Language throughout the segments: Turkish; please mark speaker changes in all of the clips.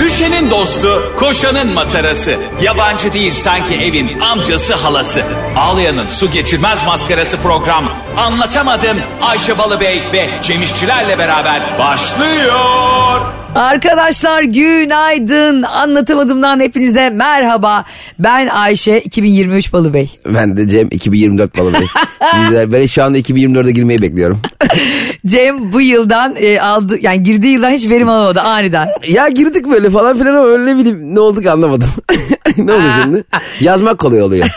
Speaker 1: Düşenin dostu, koşanın matarası. Yabancı değil sanki evin amcası halası. Ağlayanın su geçirmez maskarası program. Anlatamadım Ayşe Balıbey ve Cemişçilerle beraber başlıyor.
Speaker 2: Arkadaşlar günaydın. Anlatamadımdan hepinize merhaba. Ben Ayşe 2023 Balı Bey.
Speaker 3: Ben de Cem 2024 balı bey. Bizler- ben şu anda 2024'e girmeyi bekliyorum.
Speaker 2: Cem bu yıldan e, aldı yani girdiği yıldan hiç verim alamadı aniden.
Speaker 3: ya girdik böyle falan filan ama öyle bileyim ne olduk anlamadım. ne oldu şimdi? Yazmak kolay oluyor.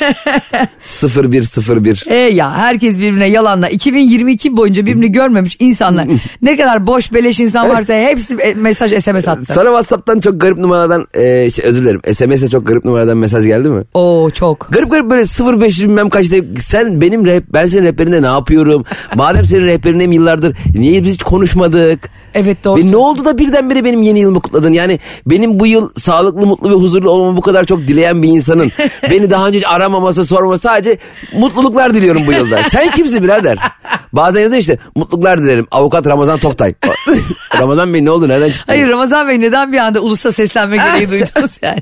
Speaker 3: 0101.
Speaker 2: E ya herkes birbirine yalanla 2022 boyunca birbirini görmemiş insanlar. ne kadar boş beleş insan varsa hepsi e, mesaj SMS attı.
Speaker 3: Sana Whatsapp'tan çok garip numaradan e, şey, özür dilerim. SMS'e çok garip numaradan mesaj geldi mi?
Speaker 2: Oo çok.
Speaker 3: Garip garip böyle 05 bilmem kaçta sen benim rap ben senin rehberinde ne yapıyorum? Madem senin rehberindeyim yıllardır niye biz hiç konuşmadık?
Speaker 2: Evet doğru.
Speaker 3: Ve ne oldu da birdenbire benim yeni yılımı kutladın? Yani benim bu yıl sağlıklı, mutlu ve huzurlu olmamı bu kadar çok dileyen bir insanın beni daha önce hiç aramaması, sorması sadece mutluluklar diliyorum bu yılda. Sen kimsin birader? Bazen yazıyor işte mutluluklar dilerim. Avukat Ramazan Toktay. Ramazan Bey ne oldu? Nereden çıktı?
Speaker 2: Hayır Ramazan Bey neden bir anda ulusa seslenme gereği duydunuz yani.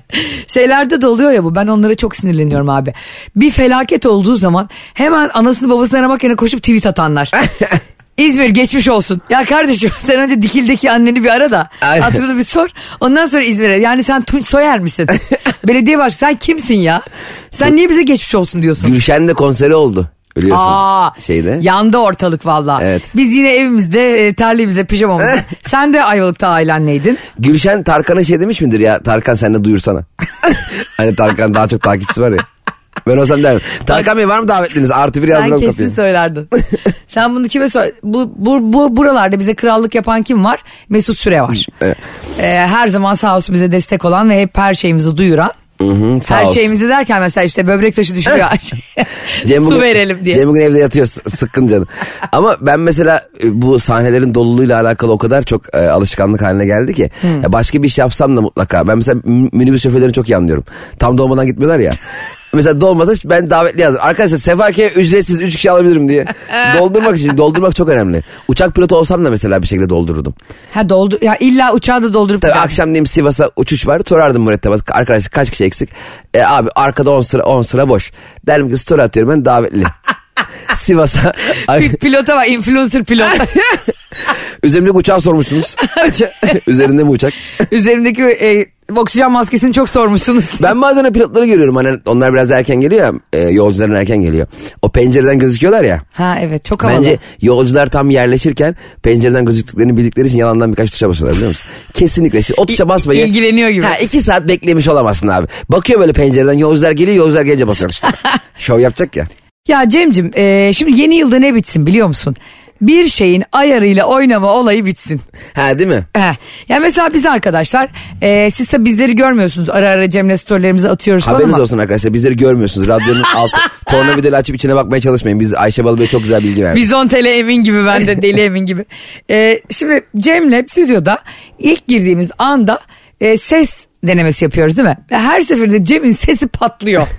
Speaker 2: Şeylerde de oluyor ya bu ben onlara çok sinirleniyorum abi. Bir felaket olduğu zaman hemen anasını babasını aramak yerine koşup tweet atanlar. İzmir geçmiş olsun. Ya kardeşim sen önce dikildeki anneni bir ara da
Speaker 3: Aynen.
Speaker 2: hatırını bir sor. Ondan sonra İzmir'e yani sen Tunç Soyer misin? Belediye başkanı sen kimsin ya? Sen niye bize geçmiş olsun diyorsun?
Speaker 3: Gülşen de konseri oldu. Biliyorsun.
Speaker 2: Aa,
Speaker 3: şeyde.
Speaker 2: Yandı ortalık valla.
Speaker 3: Evet.
Speaker 2: Biz yine evimizde e, terliğimizde pijamamızda. sen de Ayvalık'ta ailenleydin.
Speaker 3: Gülşen Tarkan'a şey demiş midir ya Tarkan sen de duyursana. hani Tarkan daha çok takipçisi var ya. Ben olsam derim. Tarkan Bey var mı davetliniz? Artı bir
Speaker 2: Ben
Speaker 3: yazdıran
Speaker 2: kesin
Speaker 3: kapıyı.
Speaker 2: söylerdin. Sen bunu kime söyle? Bu, bu, bu buralarda bize krallık yapan kim var? Mesut Süre var.
Speaker 3: Evet.
Speaker 2: Ee, her zaman sağ olsun bize destek olan ve hep her şeyimizi duyuran.
Speaker 3: Hı, sağ
Speaker 2: her şey
Speaker 3: olsun.
Speaker 2: şeyimizi derken mesela işte böbrek taşı düşüyor. Su
Speaker 3: bugün-
Speaker 2: verelim diye.
Speaker 3: Cem bugün evde yatıyor s- sıkkın canı. Ama ben mesela e, bu sahnelerin doluluğuyla alakalı o kadar çok e, alışkanlık haline geldi ki. Ya başka bir iş yapsam da mutlaka. Ben mesela m- minibüs şoförlerini çok iyi anlıyorum. Tam dolmadan gitmiyorlar ya. Mesela dolmasa ben davetli yazdım. Arkadaşlar Sefake ücretsiz 3 kişi alabilirim diye. Doldurmak için doldurmak çok önemli. Uçak pilotu olsam da mesela bir şekilde doldururdum.
Speaker 2: ha doldu ya illa uçağı da doldurup
Speaker 3: Tabii
Speaker 2: gider.
Speaker 3: akşam diyeyim Sivas'a uçuş var. Sorardım mürettebat. Arkadaş kaç kişi eksik? E, abi arkada 10 sıra 10 sıra boş. Derim ki story atıyorum ben davetli. Sivas'a. Ay,
Speaker 2: Pil- pilota var influencer pilot.
Speaker 3: üzerimdeki uçağı sormuşsunuz. Üzerinde mi uçak?
Speaker 2: Üzerimdeki e, oksijen maskesini çok sormuşsunuz.
Speaker 3: Ben bazen o pilotları görüyorum. Hani onlar biraz erken geliyor ya. E, yolcuların erken geliyor. O pencereden gözüküyorlar ya.
Speaker 2: Ha evet çok havalı.
Speaker 3: Bence yolcular tam yerleşirken pencereden gözüktüklerini bildikleri için yalandan birkaç tuşa basıyorlar biliyor musun? Kesinlikle. Şimdi o tuşa basmayı...
Speaker 2: ilgileniyor gibi.
Speaker 3: Ha iki saat beklemiş olamazsın abi. Bakıyor böyle pencereden yolcular geliyor yolcular gelince basıyor işte. Şov yapacak ya.
Speaker 2: Ya Cem'cim e, şimdi yeni yılda ne bitsin biliyor musun? Bir şeyin ayarıyla oynama olayı bitsin.
Speaker 3: Ha değil mi?
Speaker 2: Heh. Yani mesela biz arkadaşlar e, siz de bizleri görmüyorsunuz ara ara Cem'le storylerimizi atıyoruz falan
Speaker 3: Haberiniz
Speaker 2: ama
Speaker 3: olsun arkadaşlar bizleri görmüyorsunuz. Radyonun altı tornavidayla açıp içine bakmaya çalışmayın. Biz Ayşe Balıbey'e çok güzel bilgi verdik.
Speaker 2: biz 10 TL Emin gibi ben de deli Emin gibi. E, şimdi Cem'le stüdyoda ilk girdiğimiz anda e, ses denemesi yapıyoruz değil mi? Ve her seferinde Cem'in sesi patlıyor.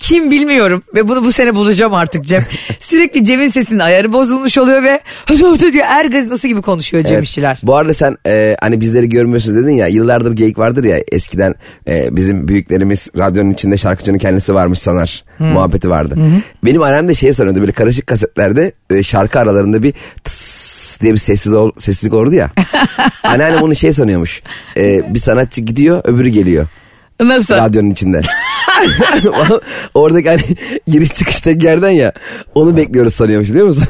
Speaker 2: Kim bilmiyorum ve bunu bu sene bulacağım artık Cem. Sürekli Cem'in sesinin ayarı bozulmuş oluyor ve hötü hötü diyor er gazinosu gibi konuşuyor Cem
Speaker 3: Evet.
Speaker 2: işçiler.
Speaker 3: Bu arada sen e, hani bizleri görmüyorsunuz dedin ya yıllardır geyik vardır ya eskiden e, bizim büyüklerimiz radyonun içinde şarkıcının kendisi varmış sanar muhabbeti vardı. Benim annem de şeye sanıyordu böyle karışık kasetlerde e, şarkı aralarında bir tıs diye bir sessiz ol- sessizlik olurdu ya. Anneannem onu şey sanıyormuş E, bir sanatçı gidiyor öbürü geliyor
Speaker 2: Nasıl?
Speaker 3: radyonun içinde. Oradaki hani giriş çıkıştaki yerden ya onu bekliyoruz sanıyormuş biliyor musun?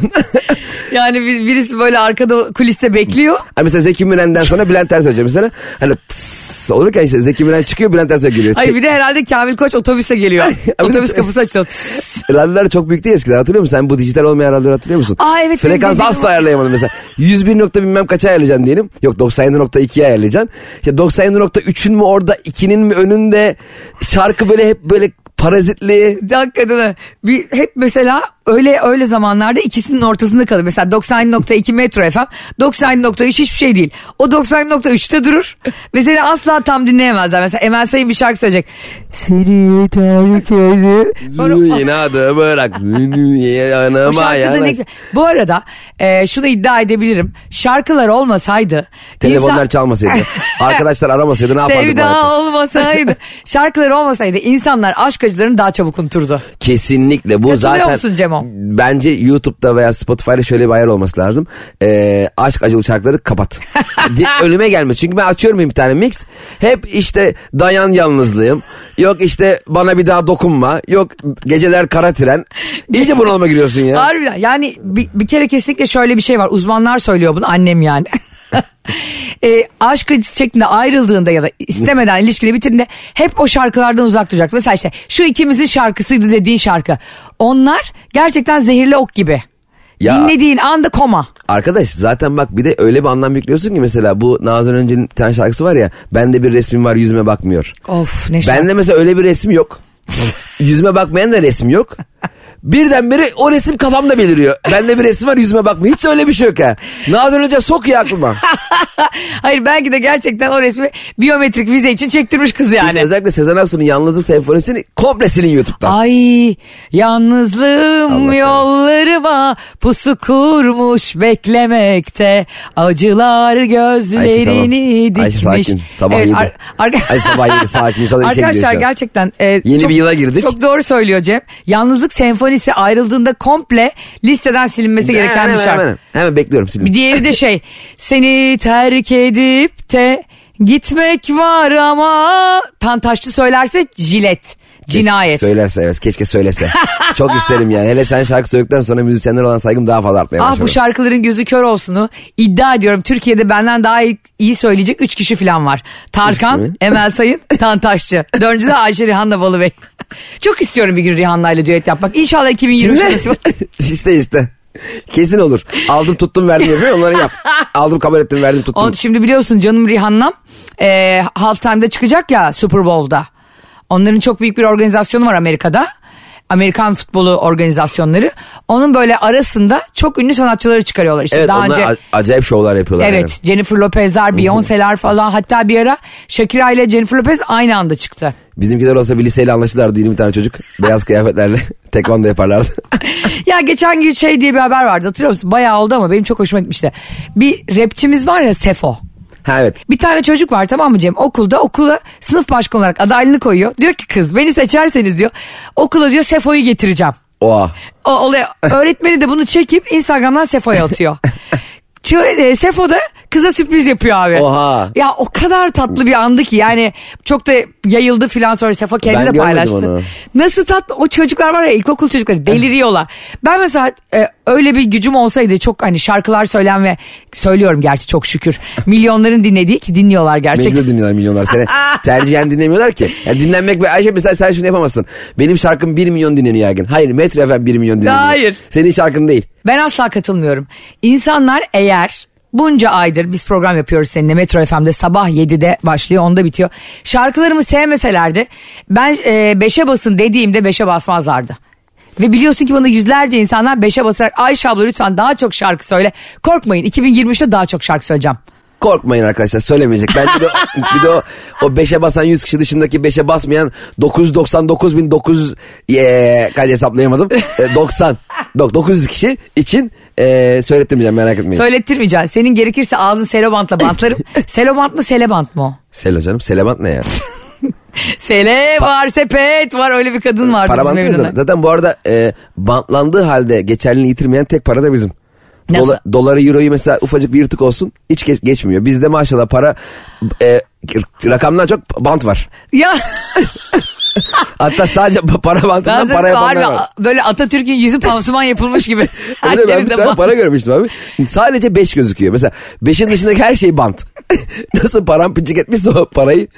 Speaker 2: Yani bir- birisi böyle arkada kuliste bekliyor.
Speaker 3: Hani mesela Zeki Müren'den sonra Bülent Ersoy hocam mesela hani pss olurken işte Zeki Müren çıkıyor Bülent Ersoy geliyor.
Speaker 2: Ay bir de herhalde Kamil Koç otobüsle geliyor. Otobüs kapısı açılıyor. Tss.
Speaker 3: e, Radyolar çok büyük değil eskiden hatırlıyor musun? Sen bu dijital olmayan radyoları hatırlıyor musun?
Speaker 2: Aa, evet, benim
Speaker 3: Frekansı
Speaker 2: dediğim
Speaker 3: asla
Speaker 2: o.
Speaker 3: ayarlayamadım mesela. 101 nokta bilmem kaça ayarlayacaksın diyelim. Yok 97.2'ye ayarlayacaksın. İşte 97.3'ün mü orada 2'nin mi önünde şarkı böyle hep böyle parazitli.
Speaker 2: Hakikaten öyle. bir hep mesela öyle öyle zamanlarda ikisinin ortasında kalır. Mesela 90.2 Metro FM, 90.3 hiçbir şey değil. O 90.3'te durur ve seni asla tam dinleyemezler. Mesela Emel Sayın bir şarkı söyleyecek. Seni terk edip. Sonra o-
Speaker 3: adı bırak.
Speaker 2: bu
Speaker 3: Yanıma
Speaker 2: şarkıda ne-
Speaker 3: yanak.
Speaker 2: Bu arada e, şunu iddia edebilirim. Şarkılar olmasaydı.
Speaker 3: Telefonlar
Speaker 2: insan-
Speaker 3: çalmasaydı. Arkadaşlar aramasaydı ne yapardık? bu hayatta?
Speaker 2: Sevda olmasaydı. şarkılar olmasaydı insanlar aşk acılarını daha çabuk unuturdu.
Speaker 3: Kesinlikle bu
Speaker 2: Katılıyor
Speaker 3: zaten.
Speaker 2: musun Cemo?
Speaker 3: Bence YouTube'da veya Spotify'da şöyle bir ayar olması lazım. Ee, aşk acılı şarkıları kapat. Di- Önüme gelme. Çünkü ben açıyorum bir tane mix. Hep işte dayan yalnızlığım. Yok işte bana bir daha dokunma. Yok geceler kara tren. İyice bunalıma giriyorsun ya.
Speaker 2: Harbiden yani bir, bir kere kesinlikle şöyle bir şey var. Uzmanlar söylüyor bunu annem yani. e, aşk acısı şeklinde ayrıldığında ya da istemeden ilişkini bitirdiğinde hep o şarkılardan uzak duracak. Mesela işte şu ikimizin şarkısıydı dediğin şarkı. Onlar gerçekten zehirli ok gibi.
Speaker 3: Ya-
Speaker 2: Dinlediğin anda koma.
Speaker 3: Arkadaş zaten bak bir de öyle bir anlam yüklüyorsun ki mesela bu Nazan Önce'nin bir tane şarkısı var ya. Bende bir resmim var yüzüme bakmıyor.
Speaker 2: Of ne şarkı.
Speaker 3: Bende mesela öyle bir resim yok. yüzüme bakmayan da resim yok. Birdenbire o resim kafamda beliriyor. Bende bir resim var yüzüme bakmıyor. Hiç öyle bir şey yok ha. Nazan Hoca sok ya aklıma.
Speaker 2: Hayır belki de gerçekten o resmi biyometrik vize için çektirmiş kız
Speaker 3: Biz
Speaker 2: yani.
Speaker 3: özellikle Sezen Aksu'nun Yalnızlık Senfonisi'ni komple silin YouTube'dan.
Speaker 2: Ay yalnızlığım
Speaker 3: Allah
Speaker 2: yollarıma pusu kurmuş beklemekte acılar gözlerini
Speaker 3: Ayşe, tamam. Ayşe,
Speaker 2: dikmiş.
Speaker 3: sakin. Sabah yedi. Ay sabah yedi sakin. İnsanlar işe gidiyor
Speaker 2: Arkadaşlar
Speaker 3: şu an.
Speaker 2: gerçekten e,
Speaker 3: Yeni bir yıla girdik.
Speaker 2: Çok doğru söylüyor Cem. Yalnızlık senfonisi ayrıldığında komple listeden silinmesi gereken
Speaker 3: hemen,
Speaker 2: bir şarkı.
Speaker 3: Hemen, hemen bekliyorum
Speaker 2: Bir
Speaker 3: silin.
Speaker 2: diğeri de şey seni terk edip de gitmek var ama Tantaşçı söylerse jilet cinayet.
Speaker 3: Söylerse evet keşke söylese. çok isterim yani. Hele sen şarkı söyledikten sonra müzisyenler olan saygım daha fazla artmaya
Speaker 2: Ah
Speaker 3: başladı.
Speaker 2: bu şarkıların gözü kör olsunu iddia ediyorum. Türkiye'de benden daha iyi, iyi söyleyecek 3 kişi falan var.
Speaker 3: Üç
Speaker 2: Tarkan,
Speaker 3: mü?
Speaker 2: Emel Sayın, Tantaşçı. Dördüncü de Ayşe Rihanna Balıbey. Çok istiyorum bir gün Rihanna ile düet yapmak. İnşallah 2023
Speaker 3: Kimle?
Speaker 2: nasip olur.
Speaker 3: işte işte. Kesin olur. Aldım tuttum verdim yapıyor onları yap. Aldım kabul ettim verdim tuttum.
Speaker 2: O- Şimdi biliyorsun canım Rihanna'm e, Halftime'da çıkacak ya Super Bowl'da. Onların çok büyük bir organizasyonu var Amerika'da. Amerikan futbolu organizasyonları. Onun böyle arasında çok ünlü sanatçıları çıkarıyorlar. İşte
Speaker 3: Evet
Speaker 2: daha
Speaker 3: onlar
Speaker 2: önce
Speaker 3: a- acayip şovlar yapıyorlar.
Speaker 2: Evet
Speaker 3: yani.
Speaker 2: Jennifer Lopez'ler, Beyoncé'ler falan hatta bir ara Shakira ile Jennifer Lopez aynı anda çıktı.
Speaker 3: Bizimkiler olsa bir liseyle anlaşırlardı 20 tane çocuk. Beyaz kıyafetlerle tekvando yaparlardı.
Speaker 2: ya geçen gün şey diye bir haber vardı hatırlıyor musun? Bayağı oldu ama benim çok hoşuma gitmişti. Bir rapçimiz var ya Sefo.
Speaker 3: ha evet.
Speaker 2: Bir tane çocuk var tamam mı Cem? Okulda okula sınıf başkanı olarak adaylığını koyuyor. Diyor ki kız beni seçerseniz diyor okula diyor Sefo'yu getireceğim.
Speaker 3: Oha.
Speaker 2: O olaya öğretmeni de bunu çekip Instagram'dan Sefo'ya atıyor. Ç- e, Sefo da kıza sürpriz yapıyor abi.
Speaker 3: Oha.
Speaker 2: Ya o kadar tatlı bir andı ki yani çok da yayıldı filan sonra Sefo
Speaker 3: Ben
Speaker 2: kendi de
Speaker 3: görmedim
Speaker 2: paylaştı.
Speaker 3: onu. Eh.
Speaker 2: Nasıl tatlı o çocuklar var ya ilkokul çocukları deliriyorlar. Ben mesela e, öyle bir gücüm olsaydı çok hani şarkılar söylen ve söylüyorum gerçi çok şükür. Milyonların dinlediği ki dinliyorlar gerçekten.
Speaker 3: Mecbur dinliyorlar milyonlar seni. Tercihen dinlemiyorlar ki. Yani dinlenmek ve Ayşe mesela sen şunu yapamazsın. Benim şarkım 1 milyon dinleniyor her gün. Hayır Metro FM 1 milyon dinleniyor.
Speaker 2: Hayır.
Speaker 3: Senin şarkın değil.
Speaker 2: Ben asla katılmıyorum. İnsanlar eğer bunca aydır biz program yapıyoruz seninle Metro FM'de sabah 7'de başlıyor onda bitiyor. Şarkılarımı sevmeselerdi ben 5'e basın dediğimde 5'e basmazlardı. Ve biliyorsun ki bana yüzlerce insanlar 5'e basarak Ayşe abla lütfen daha çok şarkı söyle. Korkmayın 2023'te daha çok şarkı söyleyeceğim.
Speaker 3: Korkmayın arkadaşlar söylemeyecek. Ben bir de, bir de o, o 5'e basan 100 kişi dışındaki 5'e basmayan 999.900 eee kaç hesaplayamadım. E, 90. Dok- 900 kişi için eee söyletmeyeceğim merak etmeyin.
Speaker 2: Söylettirmeyeceğim. Senin gerekirse ağzın selobantla bantlarım. selobant mı selebant mı o?
Speaker 3: Selo canım. Selebat ne ya?
Speaker 2: Sele var sepet var öyle bir kadın vardı
Speaker 3: Para
Speaker 2: bizim
Speaker 3: bantı
Speaker 2: evin önünde.
Speaker 3: zaten. Zaten bu arada e, bantlandığı halde geçerliliğini yitirmeyen tek para da bizim.
Speaker 2: Nasıl?
Speaker 3: Dola- doları, euroyu mesela ufacık bir yırtık olsun hiç geç- geçmiyor. Bizde maşallah para e, rakamdan çok bant var.
Speaker 2: Ya
Speaker 3: Hatta sadece pa- para
Speaker 2: Ben
Speaker 3: bantından
Speaker 2: sana
Speaker 3: para yapanlar
Speaker 2: harbi
Speaker 3: var.
Speaker 2: a- böyle Atatürk'ün yüzü pansuman yapılmış gibi.
Speaker 3: Öyle ben bir
Speaker 2: Ellerinde
Speaker 3: tane
Speaker 2: bant.
Speaker 3: para görmüştüm abi. Sadece 5 gözüküyor. Mesela 5'in dışındaki her şey bant. Nasıl paramparçık etmişse o parayı.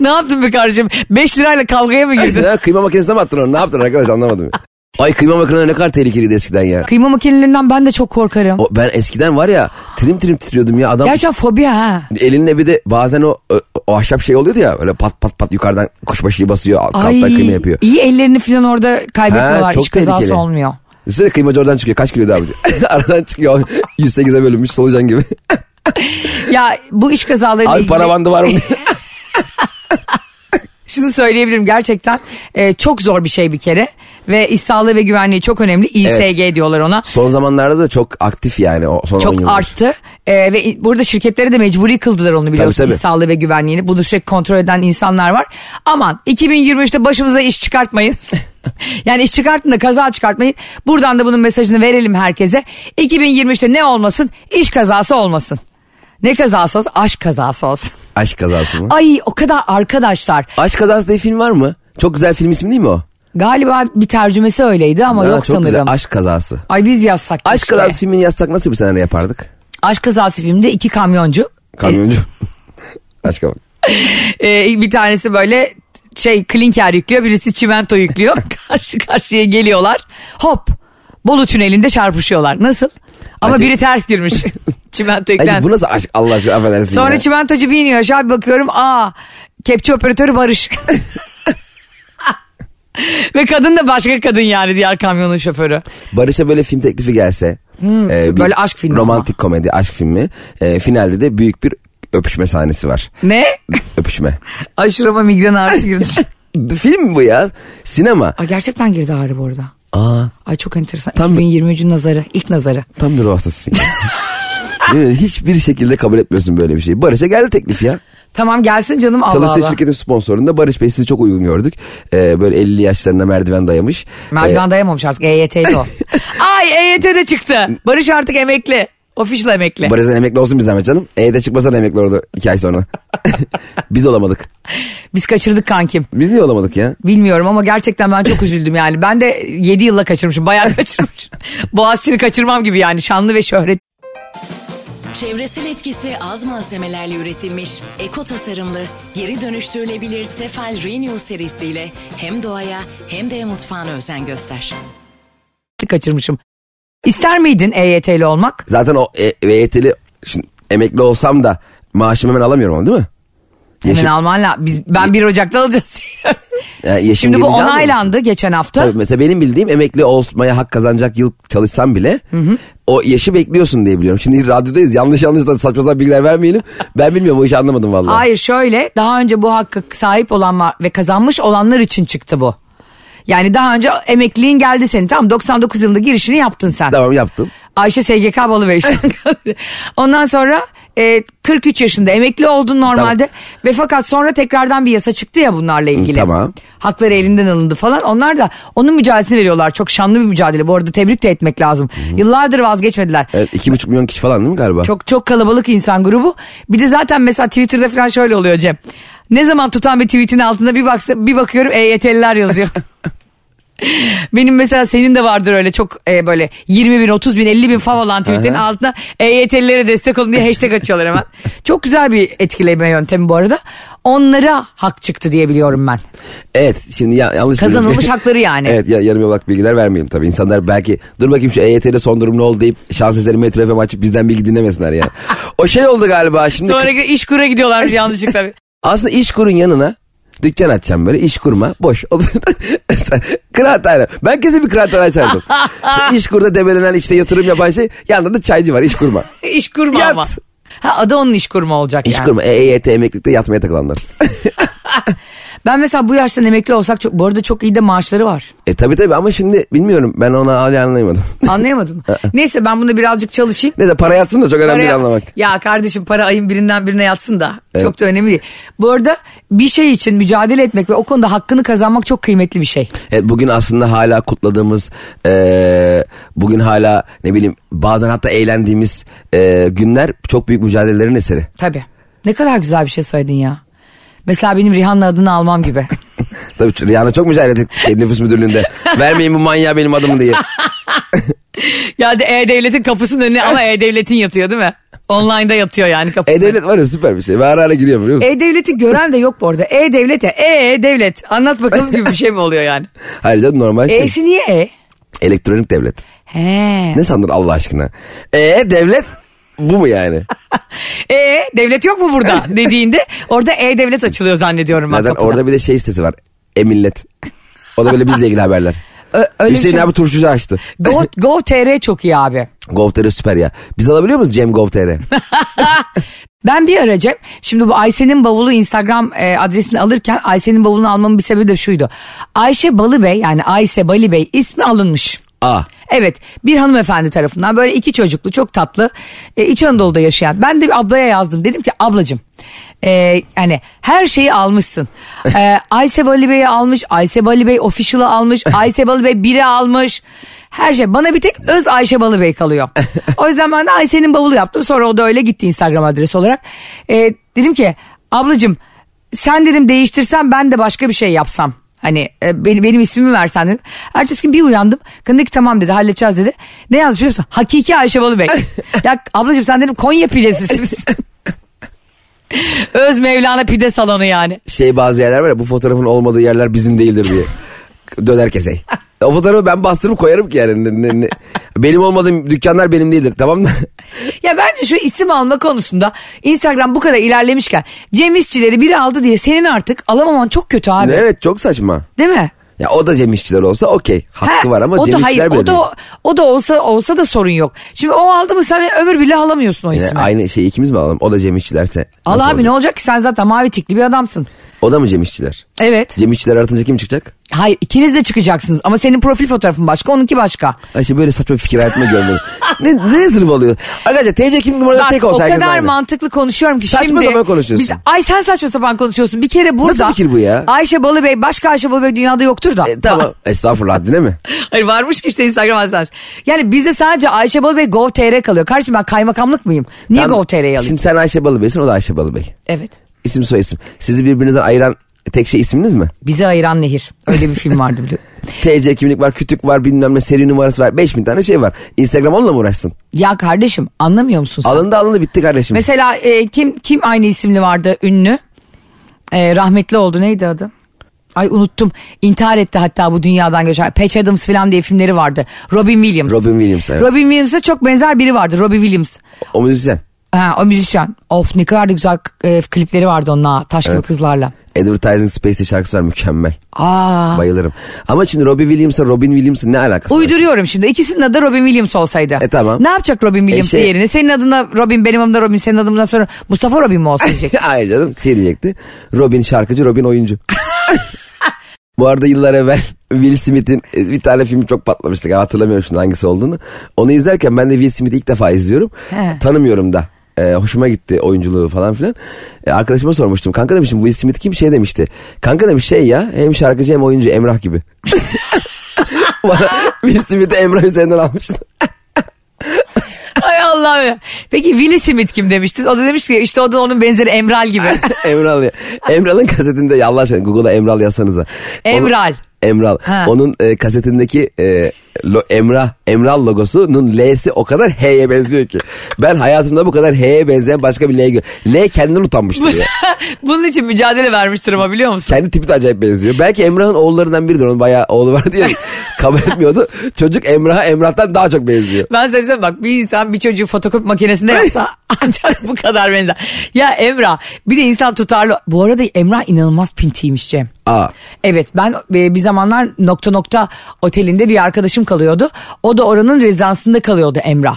Speaker 2: ne yaptın be kardeşim? 5 lirayla kavgaya mı girdin?
Speaker 3: Ya kıyma makinesine mi attın onu? Ne yaptın arkadaş anlamadım. ya. Ay kıyma makineleri ne kadar tehlikeliydi eskiden ya.
Speaker 2: Kıyma makinelerinden ben de çok korkarım.
Speaker 3: O, ben eskiden var ya trim trim titriyordum ya adam
Speaker 2: Gerçekten fobi ha.
Speaker 3: Elinle bir de bazen o, o, o ahşap şey oluyordu ya böyle pat pat pat yukarıdan kuşbaşıyı basıyor alt- alttan kıyma yapıyor.
Speaker 2: iyi ellerini falan orada
Speaker 3: Ha,
Speaker 2: kaybetmiyorlar.
Speaker 3: çok
Speaker 2: Hiç kazası
Speaker 3: tehlikeli.
Speaker 2: olmuyor.
Speaker 3: Düşünsene kıymacı oradan çıkıyor. Kaç kilo daha bu? Aradan çıkıyor. 108'e bölünmüş solucan gibi.
Speaker 2: Ya bu iş kazalarıyla
Speaker 3: Abi
Speaker 2: ilgili
Speaker 3: para bandı var mı?
Speaker 2: şunu söyleyebilirim gerçekten e, çok zor bir şey bir kere ve iş sağlığı ve güvenliği çok önemli. İSG diyorlar ona.
Speaker 3: Son zamanlarda da çok aktif yani. O son 10
Speaker 2: Çok
Speaker 3: yıldır.
Speaker 2: arttı E, ve i- burada şirketlere de mecburi kıldılar onu biliyorsun
Speaker 3: Tabii, tabii.
Speaker 2: iş sağlığı ve güvenliğini. Bunu sürekli kontrol eden insanlar var. Aman 2023'te başımıza iş çıkartmayın. yani iş çıkartın da kaza çıkartmayın. Buradan da bunun mesajını verelim herkese. 2023'te ne olmasın? İş kazası olmasın. Ne kazası olsun? Aşk kazası olsun.
Speaker 3: Aşk kazası mı?
Speaker 2: Ay o kadar arkadaşlar.
Speaker 3: Aşk kazası diye film var mı? Çok güzel film ismi değil mi o?
Speaker 2: Galiba bir tercümesi öyleydi ama
Speaker 3: Ha,
Speaker 2: yok
Speaker 3: çok
Speaker 2: sanırım.
Speaker 3: güzel. Aşk kazası.
Speaker 2: Ay biz yazsak
Speaker 3: Aşk
Speaker 2: keşke.
Speaker 3: kazası filmini yazsak nasıl bir senaryo yapardık?
Speaker 2: Aşk kazası filminde iki kamyoncu.
Speaker 3: Kamyoncu.
Speaker 2: E-
Speaker 3: Aşka bak.
Speaker 2: Ee, bir tanesi böyle şey klinker yüklüyor birisi çimento yüklüyor. Karşı karşıya geliyorlar. Hop Bolu tünelinde çarpışıyorlar. Nasıl? Ama
Speaker 3: Acı-
Speaker 2: biri ters girmiş. çimento
Speaker 3: Ay,
Speaker 2: yüklen.
Speaker 3: bu nasıl aşk Allah aşkına affedersin
Speaker 2: Sonra
Speaker 3: ya.
Speaker 2: çimentocu bir iniyor aşağı bir bakıyorum. Aa kepçe operatörü Barış. Ve kadın da başka kadın yani diğer kamyonun şoförü.
Speaker 3: Barış'a böyle film teklifi gelse. e, bir
Speaker 2: Hmm, böyle aşk filmi
Speaker 3: Romantik komedi aşk filmi. E, finalde de büyük bir öpüşme sahnesi var.
Speaker 2: Ne?
Speaker 3: öpüşme.
Speaker 2: Aşırıma migren ağrısı girdi.
Speaker 3: Film mi bu ya? Sinema.
Speaker 2: Aa, gerçekten girdi ağrı bu arada.
Speaker 3: Aa,
Speaker 2: Ay çok enteresan.
Speaker 3: Tam-
Speaker 2: 2023'ün nazarı. ilk nazarı.
Speaker 3: tam bir ruh hastasısın ya. Değil mi? Hiçbir şekilde kabul etmiyorsun böyle bir şeyi. Barış'a geldi teklif ya.
Speaker 2: Tamam gelsin canım Allah
Speaker 3: Çalıştığı
Speaker 2: Allah.
Speaker 3: şirketin sponsorunda Barış Bey sizi çok uygun gördük. Ee, böyle 50 yaşlarında merdiven dayamış.
Speaker 2: Merdiven dayamamış artık EYT'de o. Ay EYT de çıktı. Barış artık emekli. Official emekli.
Speaker 3: Ee, Barış'tan emekli olsun bir zahmet canım. E'de çıkmasa da emekli olurdu 2 ay sonra. Biz olamadık.
Speaker 2: Biz kaçırdık kankim.
Speaker 3: Biz niye olamadık ya?
Speaker 2: Bilmiyorum ama gerçekten ben çok üzüldüm yani. Ben de 7 yılla kaçırmışım. Bayağı kaçırmışım. Boğaziçi'ni kaçırmam gibi yani. Şanlı ve şöhret.
Speaker 4: Çevresel etkisi az malzemelerle üretilmiş, eko tasarımlı, geri dönüştürülebilir Tefal Renew serisiyle hem doğaya hem de mutfağına özen göster.
Speaker 2: kaçırmışım. İster miydin EYT'li olmak?
Speaker 3: Zaten o e, EYT'li şimdi emekli olsam da maaşımı hemen alamıyorum onu değil mi?
Speaker 2: Hemen
Speaker 3: Yeşim-
Speaker 2: Almanla. Biz, ben 1 Ocak'ta alacağız.
Speaker 3: Yani yeşim
Speaker 2: Şimdi bu
Speaker 3: gelince almıyor musun?
Speaker 2: onaylandı geçen hafta.
Speaker 3: Tabii mesela benim bildiğim emekli olmaya hak kazanacak yıl çalışsam bile o yaşı bekliyorsun diye biliyorum. Şimdi radyodayız yanlış yanlış da saçma sapan bilgiler vermeyelim. Ben bilmiyorum o işi anlamadım vallahi.
Speaker 2: Hayır şöyle daha önce bu hakkı sahip olan var ve kazanmış olanlar için çıktı bu. Yani daha önce emekliliğin geldi senin tamam 99 yılında girişini yaptın sen.
Speaker 3: Tamam yaptım.
Speaker 2: Ayşe SGK Balıbey. Ondan sonra e, 43 yaşında emekli oldun normalde ve fakat sonra tekrardan bir yasa çıktı ya bunlarla ilgili.
Speaker 3: tamam.
Speaker 2: Hakları elinden alındı falan. Onlar da onun mücadelesini veriyorlar. Çok şanlı bir mücadele. Bu arada tebrik de etmek lazım. Yıllardır vazgeçmediler.
Speaker 3: Evet iki buçuk milyon kişi falan değil mi galiba?
Speaker 2: Çok çok kalabalık insan grubu. Bir de zaten mesela Twitter'da falan şöyle oluyor Cem. Ne zaman tutan bir tweetin altında bir baksa, bir bakıyorum EYT'liler yazıyor. Benim mesela senin de vardır öyle çok e, böyle 20 bin 30 bin 50 bin fav olan tweetlerin
Speaker 3: Aha.
Speaker 2: altına EYT'lilere destek olun diye hashtag açıyorlar hemen. çok güzel bir etkileme yöntemi bu arada. Onlara hak çıktı diye biliyorum ben.
Speaker 3: Evet şimdi ya, yanlış
Speaker 2: Kazanılmış
Speaker 3: biliriz.
Speaker 2: hakları yani.
Speaker 3: evet ya, yarım yamalak bilgiler vermeyelim tabii. İnsanlar belki dur bakayım şu EYT'de son durum ne oldu deyip şans eseri Metro FM açıp bizden bilgi dinlemesinler yani. o şey oldu galiba şimdi.
Speaker 2: Sonra iş kura gidiyorlarmış yanlışlıkla.
Speaker 3: Aslında iş kurun yanına dükkan açacağım böyle iş kurma boş. kıraathane. Ben kesin bir kıraathane açardım. Sen iş kurda demelenen işte yatırım yapan şey yanında da çaycı var iş kurma.
Speaker 2: iş kurma
Speaker 3: Yat.
Speaker 2: ama. Ha adı onun iş kurma olacak
Speaker 3: İş
Speaker 2: yani.
Speaker 3: kurma E, EYT emeklilikte yatmaya takılanlar.
Speaker 2: Ben mesela bu yaştan emekli olsak çok, bu arada çok iyi de maaşları var.
Speaker 3: E tabi tabi ama şimdi bilmiyorum ben ona hala anlayamadım.
Speaker 2: Anlayamadım.
Speaker 3: Ee.
Speaker 2: Neyse ben bunu birazcık çalışayım.
Speaker 3: Neyse para yatsın da çok önemli değil
Speaker 2: Paraya-
Speaker 3: anlamak.
Speaker 2: Ya kardeşim para ayın birinden birine yatsın da. Çok da önemli değil. Bu arada bir şey için mücadele etmek ve o konuda hakkını kazanmak çok kıymetli bir şey.
Speaker 3: Evet bugün aslında hala kutladığımız, eee, bugün hala ne bileyim bazen hatta eğlendiğimiz eee, günler çok büyük mücadelelerin eseri.
Speaker 2: Tabii. Ne kadar güzel bir şey söyledin ya. Mesela benim Rihanna adını almam gibi.
Speaker 3: Tabii ç- Rihanna çok mücadele etti şey, nüfus müdürlüğünde. Vermeyin bu manyağı benim adımı diye.
Speaker 2: ya da E-Devlet'in kapısının önüne ama E-Devlet'in yatıyor değil mi? Online'da yatıyor yani kapısının.
Speaker 3: E-Devlet var ya süper bir şey. Ben ara ara giriyorum biliyor musun?
Speaker 2: E-Devlet'i gören de yok bu arada. E-Devlet ya. E-Devlet. Anlat bakalım gibi bir şey mi oluyor yani?
Speaker 3: Ayrıca normal şey.
Speaker 2: E'si niye E?
Speaker 3: elektronik devlet.
Speaker 2: He.
Speaker 3: Ne sandın Allah aşkına? E devlet bu mu yani?
Speaker 2: E devlet yok mu burada dediğinde orada E devlet açılıyor zannediyorum ben
Speaker 3: Zaten
Speaker 2: kapıda.
Speaker 3: orada bir de şey sitesi var. E millet. O da böyle bizle ilgili haberler.
Speaker 2: Ö- öyle bir
Speaker 3: Hüseyin
Speaker 2: şey-
Speaker 3: abi turşucu açtı.
Speaker 2: Go, Gov.tr çok iyi abi.
Speaker 3: Gov.tr süper ya. Biz alabiliyor muyuz Cem Gov.tr?
Speaker 2: Ben bir ara Cem, şimdi bu Ayşe'nin bavulu Instagram e, adresini alırken Ayşe'nin bavulunu almamın bir sebebi de şuydu. Ayşe Balı Bey yani Ayşe Bali Bey ismi alınmış.
Speaker 3: Aa.
Speaker 2: Evet bir hanımefendi tarafından böyle iki çocuklu çok tatlı e, İç Anadolu'da yaşayan. Ben de bir ablaya yazdım dedim ki ablacığım e, yani her şeyi almışsın. E, Ayse Bali Bey'i almış, Ayse Bali Bey official'ı almış, Ayse Bali Bey biri almış. Her şey bana bir tek öz Ayşe Balı Bey kalıyor. O yüzden ben de Ayşe'nin bavulu yaptım sonra o da öyle gitti Instagram adresi olarak. E, dedim ki ablacığım sen dedim değiştirsen ben de başka bir şey yapsam. Hani e, benim, benim ismimi versen dedim. Ertesi gün bir uyandım. Kadın dedi ki tamam dedi halledeceğiz dedi. Ne yazmış biliyor musun? Hakiki Ayşe Balı Bey. ya ablacığım sen dedim Konya pidesi misiniz? Öz Mevlana pide salonu yani.
Speaker 3: şey bazı yerler var ya bu fotoğrafın olmadığı yerler bizim değildir diye. Döner kesey. O fotoğrafı ben bastırıp koyarım ki yani. Ne- ne- ne- Benim olmadığım dükkanlar benim değildir tamam da.
Speaker 2: Ya bence şu isim alma konusunda Instagram bu kadar ilerlemişken Cem İşçileri biri aldı diye senin artık alamaman çok kötü abi.
Speaker 3: evet çok saçma.
Speaker 2: Değil mi?
Speaker 3: Ya o da Cem İşçiler olsa okey. Hakkı
Speaker 2: Ha,
Speaker 3: var ama
Speaker 2: o
Speaker 3: Cem
Speaker 2: da, hayır,
Speaker 3: İşçiler bile
Speaker 2: o
Speaker 3: değil.
Speaker 2: da, o da olsa olsa da sorun yok. Şimdi o aldı mı sen ömür bile alamıyorsun o
Speaker 3: Yani
Speaker 2: ismi.
Speaker 3: aynı şey ikimiz mi alalım? O da Cem İşçilerse.
Speaker 2: Al
Speaker 3: nasıl
Speaker 2: abi ne
Speaker 3: olacak?
Speaker 2: olacak ki sen zaten mavi tikli bir adamsın.
Speaker 3: O da mı Cem İşçiler?
Speaker 2: Evet.
Speaker 3: Cem İşçiler artınca kim çıkacak?
Speaker 2: Hayır ikiniz de çıkacaksınız ama senin profil fotoğrafın başka onunki başka.
Speaker 3: Ayşe böyle saçma bir fikir hayatımda görmedim. ne, ne zırvalıyor? Arkadaşlar TC kimlik numarada tek
Speaker 2: o
Speaker 3: olsa herkes
Speaker 2: kadar
Speaker 3: aynı.
Speaker 2: mantıklı konuşuyorum ki
Speaker 3: Saçma
Speaker 2: şimdi.
Speaker 3: sapan konuşuyorsun.
Speaker 2: Biz, ay sen saçma sapan konuşuyorsun. Bir kere burada.
Speaker 3: Nasıl fikir bu ya?
Speaker 2: Ayşe Balıbey başka Ayşe Balıbey dünyada yoktur da.
Speaker 3: E, tamam. Estağfurullah haddine mi?
Speaker 2: Hayır varmış ki işte Instagram azar. Yani bizde sadece Ayşe Balıbey GovTR kalıyor. Kardeşim ben kaymakamlık mıyım? Niye
Speaker 3: Tamam.
Speaker 2: GovTR'yi alayım?
Speaker 3: Şimdi sen Ayşe Balıbey'sin o da Ayşe Balıbey.
Speaker 2: Evet.
Speaker 3: İsim soy isim. Sizi birbirinizden ayıran tek şey isminiz mi?
Speaker 2: Bizi ayıran nehir. Öyle bir film vardı biliyorum.
Speaker 3: TC kimlik var, kütük var, bilmem ne seri numarası var. 5000 tane şey var. Instagram onunla mı uğraşsın?
Speaker 2: Ya kardeşim anlamıyor musun sen?
Speaker 3: Alındı alındı bitti kardeşim.
Speaker 2: Mesela e, kim kim aynı isimli vardı ünlü? E, rahmetli oldu neydi adı? Ay unuttum. İntihar etti hatta bu dünyadan göçer. Patch Adams falan diye filmleri vardı. Robin Williams.
Speaker 3: Robin Williams, evet.
Speaker 2: Robin Williams'a çok benzer biri vardı. Robin Williams.
Speaker 3: o müzisyen.
Speaker 2: Ha, o müzisyen. Of ne kadar da güzel e, klipleri vardı onunla. Taş gibi kızlarla.
Speaker 3: Advertising Space'te şarkısı var mükemmel.
Speaker 2: Aa.
Speaker 3: Bayılırım. Ama şimdi Robbie Williams'la Robin Williams'ın ne alakası var?
Speaker 2: Uyduruyorum şimdi. İkisinin adı Robin Williams olsaydı.
Speaker 3: E, tamam.
Speaker 2: Ne yapacak Robin Williams
Speaker 3: E, şey-
Speaker 2: yerine? Senin adına Robin, benim adımda Robin, senin adımdan sonra Mustafa Robin mi olsun diyecek.
Speaker 3: Hayır canım şey diyecekti. Robin şarkıcı, Robin oyuncu. Bu arada yıllar evvel Will Smith'in e, bir tane filmi çok patlamıştı. galiba, Hatırlamıyorum şimdi hangisi olduğunu. Onu izlerken ben de Will Smith'i ilk defa izliyorum.
Speaker 2: He.
Speaker 3: Tanımıyorum da. Ee, hoşuma gitti oyunculuğu falan filan. Ee, arkadaşıma sormuştum. Kanka demişim Will Smith kim? Şey demişti. Kanka demiş şey ya hem şarkıcı hem oyuncu Emrah gibi. Bana Will Smith'i Emrah üzerinden almıştı.
Speaker 2: Ay Allah'ım. ya. Peki Willy Smith kim demiştiniz? O da demiş ki işte o da onun benzeri Emral gibi.
Speaker 3: Emral ya. Emral'ın kasetinde ya Allah aşkına Google'a Emral yazsanıza. Onun-
Speaker 2: Emral.
Speaker 3: Emral.
Speaker 2: Ha.
Speaker 3: Onun e, kasetindeki e, lo, Emrah, Emral logosunun L'si o kadar H'ye benziyor ki. Ben hayatımda bu kadar H'ye benzeyen başka bir L gör. L kendinden utanmıştır ya.
Speaker 2: Bunun için mücadele vermiştir ama biliyor musun?
Speaker 3: Kendi tipi de acayip benziyor. Belki Emrah'ın oğullarından biridir. Onun bayağı oğlu var diye kabul etmiyordu. Çocuk Emrah'a Emrah'tan daha çok benziyor.
Speaker 2: Ben size bir şey söyleyeyim. bak bir insan bir çocuğu fotokopi makinesinde yapsa ancak bu kadar benzer. Ya Emrah bir de insan tutarlı. Bu arada Emrah inanılmaz pintiymiş Cem.
Speaker 3: Aa.
Speaker 2: Evet ben e, bir zamanlar nokta nokta otelinde bir arkadaşım kalıyordu. O da oranın rezidansında kalıyordu Emrah.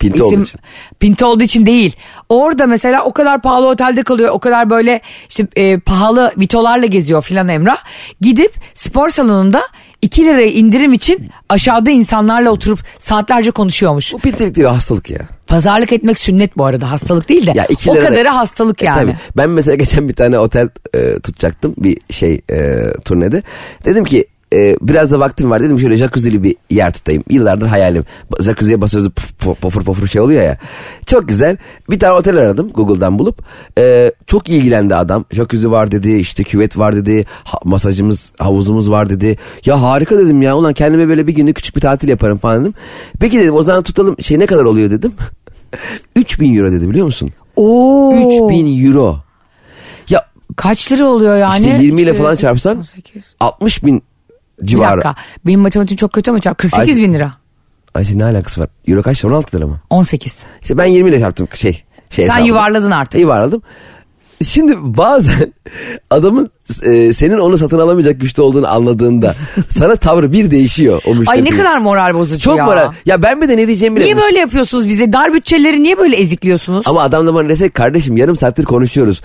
Speaker 3: Pinti olduğu
Speaker 2: İsim-
Speaker 3: için.
Speaker 2: Pinti olduğu için değil. Orada mesela o kadar pahalı otelde kalıyor. O kadar böyle işte e, pahalı vitolarla geziyor filan Emrah. Gidip spor salonunda 2 liraya indirim için aşağıda insanlarla oturup saatlerce konuşuyormuş.
Speaker 3: Bu pintilik değil o hastalık ya.
Speaker 2: Pazarlık etmek sünnet bu arada hastalık değil de.
Speaker 3: Ya iki
Speaker 2: o
Speaker 3: lira da-
Speaker 2: kadarı hastalık
Speaker 3: E,
Speaker 2: yani.
Speaker 3: tabii. Ben mesela geçen bir tane otel e, tutacaktım bir şey e, turnede. Dedim ki e, biraz da vaktim var dedim şöyle jacuzzi'li bir yer tutayım. Yıllardır hayalim. Ba- Jacuzziye basıyoruz puf- puf- pofur pofur şey oluyor ya. Çok güzel. Bir tane otel aradım Google'dan bulup. E, çok ilgilendi adam. Jacuzzi var dedi işte küvet var dedi. ha- masajımız havuzumuz var dedi. Ya harika dedim ya ulan kendime böyle bir günlük küçük bir tatil yaparım falan dedim. Peki dedim o zaman tutalım şey ne kadar oluyor dedim. 3000 euro dedi biliyor musun?
Speaker 2: Oo,
Speaker 3: 3000 euro. Ya
Speaker 2: Kaç lira oluyor yani?
Speaker 3: işte 20 ile falan
Speaker 2: 8,
Speaker 3: çarpsan
Speaker 2: 18.
Speaker 3: 60 bin
Speaker 2: Bir
Speaker 3: civarı.
Speaker 2: dakika. Benim matematiğim çok kötü ama çarp- 48
Speaker 3: Ay-
Speaker 2: bin lira.
Speaker 3: Ayşe ne alakası var? Euro kaç lira? 16 lira mı?
Speaker 2: 18.
Speaker 3: İşte ben 20 ile çarptım şey. şey
Speaker 2: Sen
Speaker 3: hesabını.
Speaker 2: yuvarladın artık.
Speaker 3: Yuvarladım. Şimdi bazen adamın e, senin onu satın alamayacak güçte olduğunu anladığında sana tavrı bir değişiyor o müşterinin.
Speaker 2: Ay ne kadar moral bozucu
Speaker 3: çok
Speaker 2: ya.
Speaker 3: moral. Ya ben bir de ne diyeceğimi
Speaker 2: Niye
Speaker 3: bilemiyorum.
Speaker 2: böyle yapıyorsunuz bize? Dar bütçeleri niye böyle ezikliyorsunuz?
Speaker 3: Ama adam da bana dese kardeşim yarım saattir konuşuyoruz.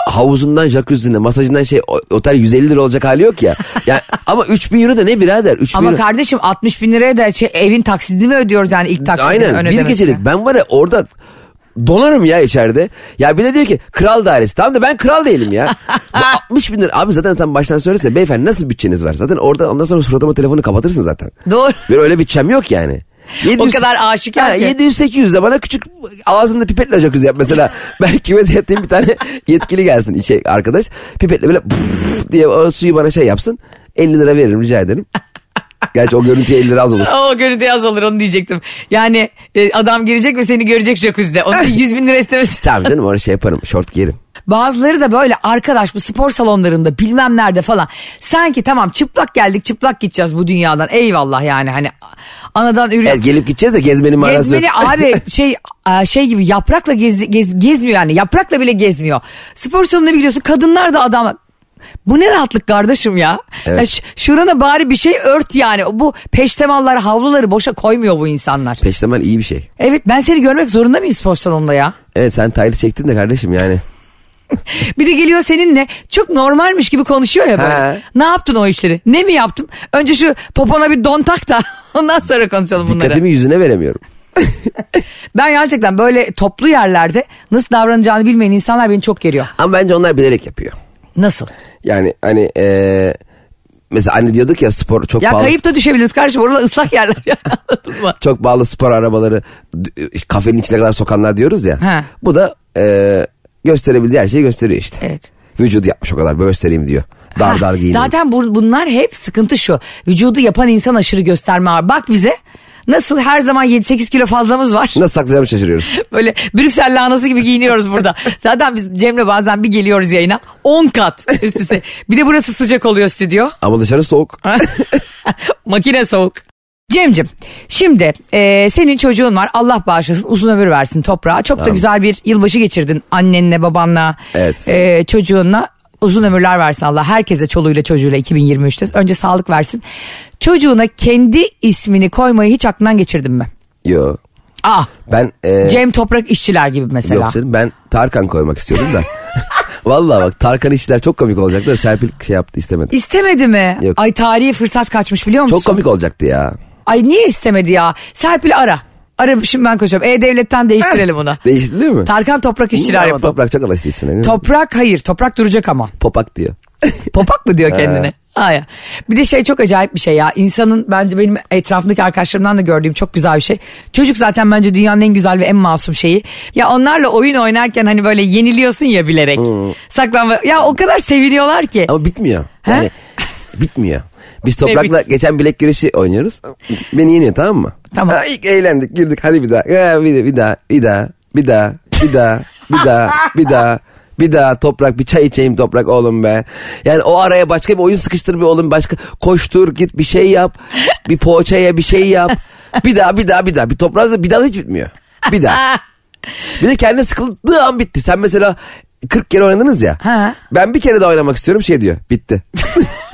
Speaker 3: Havuzundan jacuzzi'ne masajından şey o- otel 150 lira olacak hali yok ya. ya ama 3000 euro da ne birader 3000
Speaker 2: Ama
Speaker 3: euro.
Speaker 2: kardeşim 60 bin liraya da şey, evin taksidini mi ödüyoruz yani ilk taksidini ön
Speaker 3: Aynen bir
Speaker 2: ödemesini?
Speaker 3: gecelik ben var ya orada donarım ya içeride. Ya bir de diyor ki kral dairesi. Tamam da ben kral değilim ya. Bu 60 bin lira. Abi zaten tam baştan söylese beyefendi nasıl bütçeniz var? Zaten orada ondan sonra suratıma telefonu kapatırsın zaten.
Speaker 2: Doğru.
Speaker 3: Böyle öyle bütçem yok yani. 700
Speaker 2: kadar aşikar
Speaker 3: Ha,
Speaker 2: ki.
Speaker 3: 700-800 de bana küçük ağzında pipetle jacuzzi yap mesela. ben kime ettiğim bir tane yetkili gelsin şey, arkadaş. Pipetle böyle diye o suyu bana şey yapsın. 50 lira veririm rica ederim. Gerçi o görüntüye 50 lira az olur.
Speaker 2: O görüntü az olur onu diyecektim. Yani e, adam girecek ve seni görecek jacuzzi'de. Onun için 100 bin lira istemesi.
Speaker 3: Tamam canım orada şey yaparım. Şort giyerim.
Speaker 2: Bazıları da böyle arkadaş bu spor salonlarında bilmem nerede falan. Sanki tamam çıplak geldik çıplak gideceğiz bu dünyadan. Eyvallah yani hani anadan
Speaker 3: Ya
Speaker 2: ürün.
Speaker 3: gelip gideceğiz de gezmenin manası
Speaker 2: Gezmeli
Speaker 3: yok.
Speaker 2: abi şey e, şey gibi yaprakla gez, gez- gezmiyor yani yaprakla bile gezmiyor. Spor salonuna bir gidiyorsun kadınlar da adam bu ne rahatlık kardeşim ya.
Speaker 3: Evet.
Speaker 2: Ya ş- şurana bari bir şey ört yani. Bu peştemallar havluları boşa koymuyor bu insanlar.
Speaker 3: Peştemal iyi bir şey.
Speaker 2: Evet ben seni görmek zorunda mıyım spor salonunda ya?
Speaker 3: Evet sen taylı çektin de kardeşim yani.
Speaker 2: Biri geliyor seninle çok normalmiş gibi konuşuyor ya böyle.
Speaker 3: He.
Speaker 2: Ne yaptın o işleri? Ne mi yaptım? Önce şu popona bir don tak da ondan sonra konuşalım bunları.
Speaker 3: Dikkatimi yüzüne veremiyorum.
Speaker 2: Ben gerçekten böyle toplu yerlerde nasıl davranacağını bilmeyen insanlar beni çok geriyor.
Speaker 3: Ama bence onlar bilerek yapıyor.
Speaker 2: Nasıl?
Speaker 3: Yani hani eee mesela anne diyorduk ya spor çok
Speaker 2: Ya
Speaker 3: pahalı.
Speaker 2: kayıp da düşebiliriz kardeşim. Orada ıslak yerler ya. Anladın mı?
Speaker 3: Çok pahalı spor arabaları d- kafenin içine kadar sokanlar diyoruz ya.
Speaker 2: He.
Speaker 3: Bu da eee gösterebildiği her şeyi gösteriyor işte.
Speaker 2: Evet.
Speaker 3: Vücudu yapmış o kadar böyle göstereyim diyor. Dar
Speaker 2: Ha,
Speaker 3: dar giyiniyor.
Speaker 2: Zaten bu- bunlar hep sıkıntı şu. Vücudu yapan insan aşırı gösterme ağır. Bak bize nasıl her zaman 7-8 kilo fazlamız var.
Speaker 3: Nasıl saklayacağımı şaşırıyoruz.
Speaker 2: Böyle Brüksel lahanası gibi giyiniyoruz burada. Zaten biz Cem'le bazen bir geliyoruz yayına. 10 kat üst üste. Bir de burası sıcak oluyor stüdyo.
Speaker 3: Ama dışarı soğuk.
Speaker 2: Makine soğuk. Cem'cim şimdi e, senin çocuğun var Allah bağışlasın uzun ömür versin toprağa. Çok da güzel bir yılbaşı geçirdin annenle babanla
Speaker 3: Evet.
Speaker 2: e, çocuğunla. Uzun ömürler versin Allah herkese çoluğuyla çocuğuyla 2023'te önce sağlık versin. Çocuğuna kendi ismini koymayı hiç aklından geçirdin mi?
Speaker 3: Yo.
Speaker 2: Ah
Speaker 3: Ben e, eee
Speaker 2: Cem Toprak işçiler gibi mesela.
Speaker 3: Yok canım ben Tarkan koymak istiyordum da. Vallahi bak Tarkan işler çok komik olacaktı da Serpil şey yaptı istemedi.
Speaker 2: İstemedi mi?
Speaker 3: Yok.
Speaker 2: Ay tarihi fırsat kaçmış biliyor musun?
Speaker 3: Çok komik olacaktı ya.
Speaker 2: Ay niye istemedi ya? Serpil ara. Ara şimdi ben koşacağım. E-Devlet'ten değiştirelim
Speaker 3: Eh.
Speaker 2: onu.
Speaker 3: Değiştiriliyor mu?
Speaker 2: Tarkan Toprak işçiler
Speaker 3: Ama
Speaker 2: yapalım.
Speaker 3: Toprak çok alıştı ismine.
Speaker 2: Toprak hayır. Toprak duracak ama.
Speaker 3: Popak diyor.
Speaker 2: Popak mı diyor kendine? Hayır. Bir de şey çok acayip bir şey ya. İnsanın bence benim etrafımdaki arkadaşlarımdan da gördüğüm çok güzel bir şey. Çocuk zaten bence dünyanın en güzel ve en masum şeyi. Ya onlarla oyun oynarken hani böyle yeniliyorsun ya bilerek. Saklanma. Ya o kadar seviniyorlar ki.
Speaker 3: Ama bitmiyor.
Speaker 2: He?
Speaker 3: Yani bitmiyor. Biz toprakla
Speaker 2: bit-
Speaker 3: geçen bilek güreşi oynuyoruz. Beni yeniyor tamam mı?
Speaker 2: Tamam.
Speaker 3: Ha, ilk eğlendik güldük hadi bir daha. Ha, bir, bir daha bir daha bir daha bir daha bir daha bir daha. Bir daha toprak bir çay içeyim toprak oğlum be. Yani o araya başka bir oyun sıkıştır bir oğlum başka. Koştur git bir şey yap. Bir poğaçaya bir şey yap. Bir daha bir daha bir daha. Bir toprağa da bir daha hiç bitmiyor. Bir daha.
Speaker 2: Ah.
Speaker 3: Bir de kendine sıkıldığı an bitti. Sen mesela 40 kere oynadınız ya.
Speaker 2: Ha.
Speaker 3: Ben bir kere daha oynamak istiyorum şey diyor. Bitti.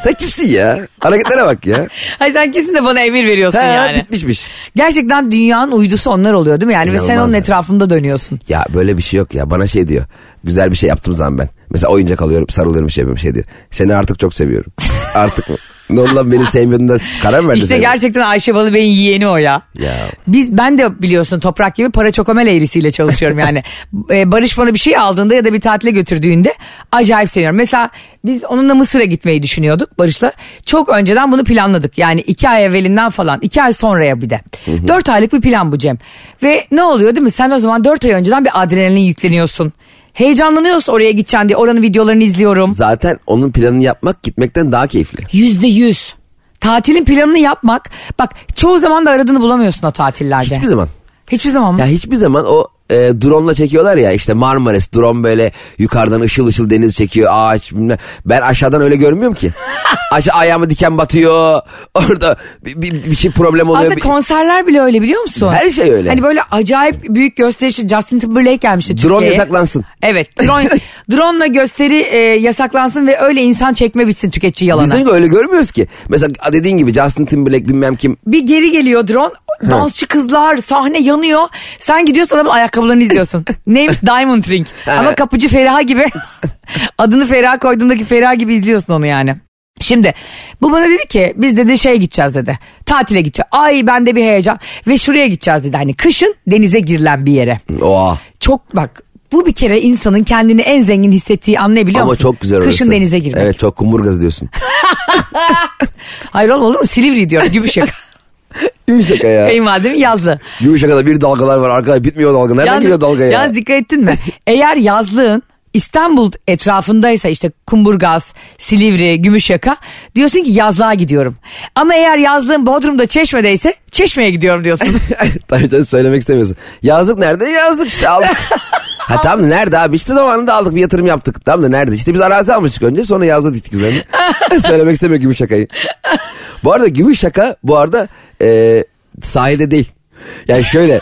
Speaker 3: Sen kimsin ya? Hareketlere bak ya.
Speaker 2: Hayır sen kesin de bana emir veriyorsun
Speaker 3: Ha,
Speaker 2: yani.
Speaker 3: Bitmişmiş.
Speaker 2: Gerçekten dünyanın uydusu onlar oluyor değil mi? Yani ve sen onun
Speaker 3: İnanılmaz yani.
Speaker 2: etrafında dönüyorsun.
Speaker 3: Ya böyle bir şey yok ya. Bana şey diyor. Güzel bir şey yaptığım zaman ben. Mesela oyuncak alıyorum sarılıyorum bir şey yapıyorum şey diyor. Seni artık çok seviyorum. artık mı? Ne oldu lan beni sevmiyordun da karar mı verdin?
Speaker 2: İşte
Speaker 3: sevmeye?
Speaker 2: gerçekten Ayşe Balıbey'in yeğeni o ya.
Speaker 3: Ya.
Speaker 2: Biz ben de biliyorsun toprak gibi para çokomel eğrisiyle çalışıyorum yani. Ee, Barış bana bir şey aldığında ya da bir tatile götürdüğünde acayip seviyorum. Mesela biz onunla Mısır'a gitmeyi düşünüyorduk Barış'la. Çok önceden bunu planladık. Yani iki ay evvelinden falan iki ay sonraya bir de. Dört aylık bir plan bu Cem. Ve ne oluyor değil mi? Sen o zaman dört ay önceden bir adrenalin yükleniyorsun. Heyecanlanıyorsun oraya gideceksin diye. Oranın videolarını izliyorum.
Speaker 3: Zaten onun planını yapmak gitmekten daha keyifli.
Speaker 2: Yüzde yüz. Tatilin planını yapmak. Bak çoğu zaman da aradığını bulamıyorsun o tatillerde.
Speaker 3: Hiçbir zaman.
Speaker 2: Hiçbir zaman mı?
Speaker 3: Ya hiçbir zaman o e, drone'la çekiyorlar ya işte Marmaris drone böyle yukarıdan ışıl ışıl deniz çekiyor ağaç bilmem ne. ben aşağıdan öyle görmüyorum ki aşağı ayağıma diken batıyor orada bir, bir, bir şey problem oluyor
Speaker 2: Aslında
Speaker 3: Bir-
Speaker 2: konserler bile öyle biliyor musun?
Speaker 3: Her şey öyle.
Speaker 2: Hani böyle acayip büyük gösterişi Justin Timberlake gelmişti
Speaker 3: Drone
Speaker 2: Türkiye'ye.
Speaker 3: yasaklansın.
Speaker 2: Evet. Drone, drone'la gösteri e, yasaklansın ve öyle insan çekme bitsin tüketici
Speaker 3: biz
Speaker 2: yalanı.
Speaker 3: de öyle görmüyoruz ki mesela dediğin gibi Justin Timberlake bilmem kim
Speaker 2: Bir geri geliyor drone. Dansçı kızlar sahne yanıyor. Sen gidiyorsun adamın ayakkabılarını izliyorsun. Neymiş Diamond Ring. Ama kapıcı Feriha gibi. Adını Feriha koyduğumdaki Feriha gibi izliyorsun onu yani. Şimdi bu bana dedi ki biz dedi şeye gideceğiz dedi. Tatile gideceğiz. Ay bende bir heyecan. Ve şuraya gideceğiz dedi. Hani kışın denize girilen bir yere.
Speaker 3: oha
Speaker 2: Çok bak bu bir kere insanın kendini en zengin hissettiği anlayabiliyor
Speaker 3: ama
Speaker 2: musun?
Speaker 3: çok güzel orası.
Speaker 2: Kışın denize girmek.
Speaker 3: Evet çok kumburgaz diyorsun.
Speaker 2: Hayır oğlum olur mu? Silivri diyorum. Gümüşşaka.
Speaker 3: Gümüşaka ya.
Speaker 2: Kayınvalidem yazlı.
Speaker 3: Gümüşaka'da bir dalgalar var arkadaş bitmiyor dalga. Nereden
Speaker 2: Yalnız-
Speaker 3: geliyor dalga ya?
Speaker 2: Yalnız dikkat ettin mi? Eğer yazlığın İstanbul etrafındaysa işte Kumburgaz, Silivri, Gümüşyaka diyorsun ki yazlığa gidiyorum. Ama eğer yazlığın Bodrum'da Çeşme'deyse Çeşme'ye gidiyorum diyorsun.
Speaker 3: Tabii canım söylemek istemiyorsun. Yazlık nerede? Yazlık işte aldık. ha tamam da nerede abi? İşte zamanında aldık bir yatırım yaptık. Tamam da nerede? İşte biz arazi almıştık önce sonra yazda diktik üzerine. söylemek istemiyor Gümüşşaka'yı. bu arada Gümüşşaka bu arada e, sahilde değil. Yani şöyle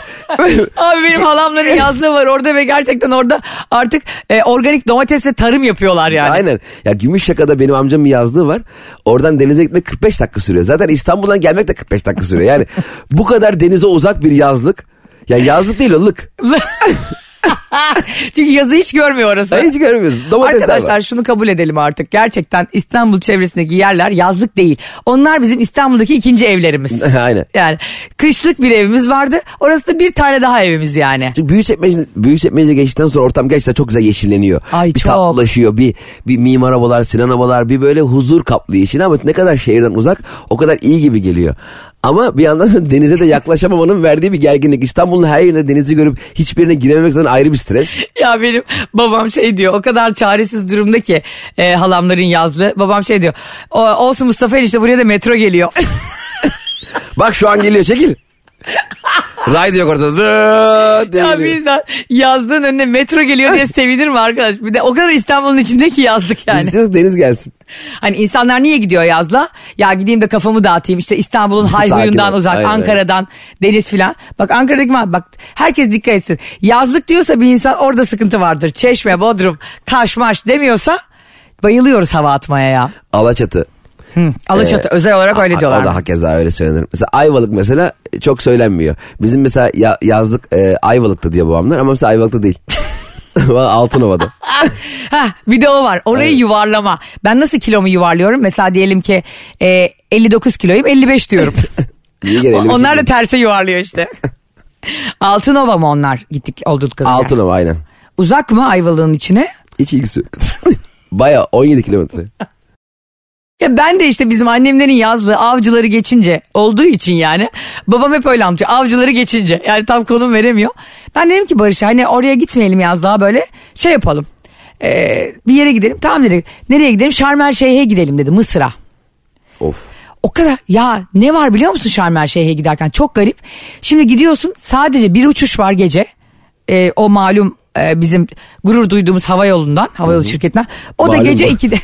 Speaker 2: Abi benim halamların yazlığı var orada ve gerçekten orada artık e, organik domates ve tarım yapıyorlar yani.
Speaker 3: Aynen. Ya Gümüşşaka'da benim amcamın yazlığı var. Oradan denize gitmek 45 dakika sürüyor. Zaten İstanbul'dan gelmek de 45 dakika sürüyor. Yani bu kadar denize uzak bir yazlık. Ya yazlık değil o lık.
Speaker 2: Çünkü yazı hiç görmüyor orası.
Speaker 3: Sen hiç görmüyorsun. Domatesler
Speaker 2: Arkadaşlar
Speaker 3: var.
Speaker 2: şunu kabul edelim artık. Gerçekten İstanbul çevresindeki yerler yazlık değil. Onlar bizim İstanbul'daki ikinci evlerimiz.
Speaker 3: Aynen.
Speaker 2: Yani kışlık bir evimiz vardı. Orası da bir tane daha evimiz yani.
Speaker 3: Çünkü Büyükçekmece, Büyükçekmece geçtikten sonra ortam gerçekten çok güzel yeşilleniyor.
Speaker 2: Ay,
Speaker 3: bir
Speaker 2: çok.
Speaker 3: tatlılaşıyor. Bir, bir mimar abalar, Sinan abalar bir böyle huzur kaplıyor işini ama ne kadar şehirden uzak o kadar iyi gibi geliyor. Ama bir yandan da denize de yaklaşamamanın verdiği bir gerginlik. İstanbul'un her yerinde denizi görüp hiçbirine girememek zaten ayrı bir stres.
Speaker 2: Ya benim babam şey diyor o kadar çaresiz durumda ki e, halamların yazlı. Babam şey diyor "O- olsun Mustafa enişte buraya da metro geliyor.
Speaker 3: Bak şu an geliyor çekil. Ray da yok ortada. Dıt diye
Speaker 2: ya bir
Speaker 3: geliyor.
Speaker 2: insan yazdığın önüne metro geliyor diye sevinir mi arkadaş? Bir de o kadar İstanbul'un içindeki yazlık
Speaker 3: Biz
Speaker 2: yani.
Speaker 3: istiyoruz ki deniz gelsin.
Speaker 2: Hani insanlar niye gidiyor yazla? Ya gideyim de kafamı dağıtayım. İşte İstanbul'un
Speaker 3: Sakin
Speaker 2: hayhuyundan
Speaker 3: ol.
Speaker 2: uzak,
Speaker 3: Aynen,
Speaker 2: Ankara'dan, deniz filan. Bak Ankara'daki var. Bak herkes dikkat etsin. Yazlık diyorsa bir insan orada sıkıntı vardır. Çeşme, Bodrum, Kaşmaş demiyorsa bayılıyoruz hava atmaya ya.
Speaker 3: Alaçatı.
Speaker 2: Alaçatı özel olarak öyle
Speaker 3: Ee, O da
Speaker 2: diyorlar.
Speaker 3: hakeza öyle söylenir. Mesela Ayvalık mesela çok söylenmiyor. Bizim mesela ya- yazlık e, Ayvalık'ta diyor babamlar ama mesela Ayvalık'ta değil. Valla Altınova'da.
Speaker 2: Heh, bir de o var. Orayı yuvarlama. Ben nasıl kilomu yuvarlıyorum? Mesela diyelim ki e, 59 kiloyum 55 diyorum.
Speaker 3: Niye gene elimi
Speaker 2: onlar da
Speaker 3: çekeyim?
Speaker 2: terse yuvarlıyor işte. Altınova mı onlar gittik oldukları yer?
Speaker 3: Altınova aynen.
Speaker 2: Uzak mı Ayvalık'ın içine?
Speaker 3: Hiç ilgisi yok. Baya 17 kilometre.
Speaker 2: Ya ben de işte bizim annemlerin yazlığı avcıları geçince olduğu için yani babam hep öyle anlatıyor avcıları geçince yani tam konum veremiyor. Ben dedim ki Barış hani oraya gitmeyelim yazlığa böyle şey yapalım Ee, bir yere gidelim tamam dedi nereye gidelim Şarmel Şeyh'e gidelim dedi Mısır'a.
Speaker 3: Of.
Speaker 2: O kadar ya ne var biliyor musun Şarm El Şeyh'e giderken çok garip. Şimdi gidiyorsun sadece bir uçuş var gece. Ee, o malum e, bizim gurur duyduğumuz hava yolundan, hava yolu şirketinden. O da
Speaker 3: Malum
Speaker 2: gece
Speaker 3: bu.
Speaker 2: 2'de.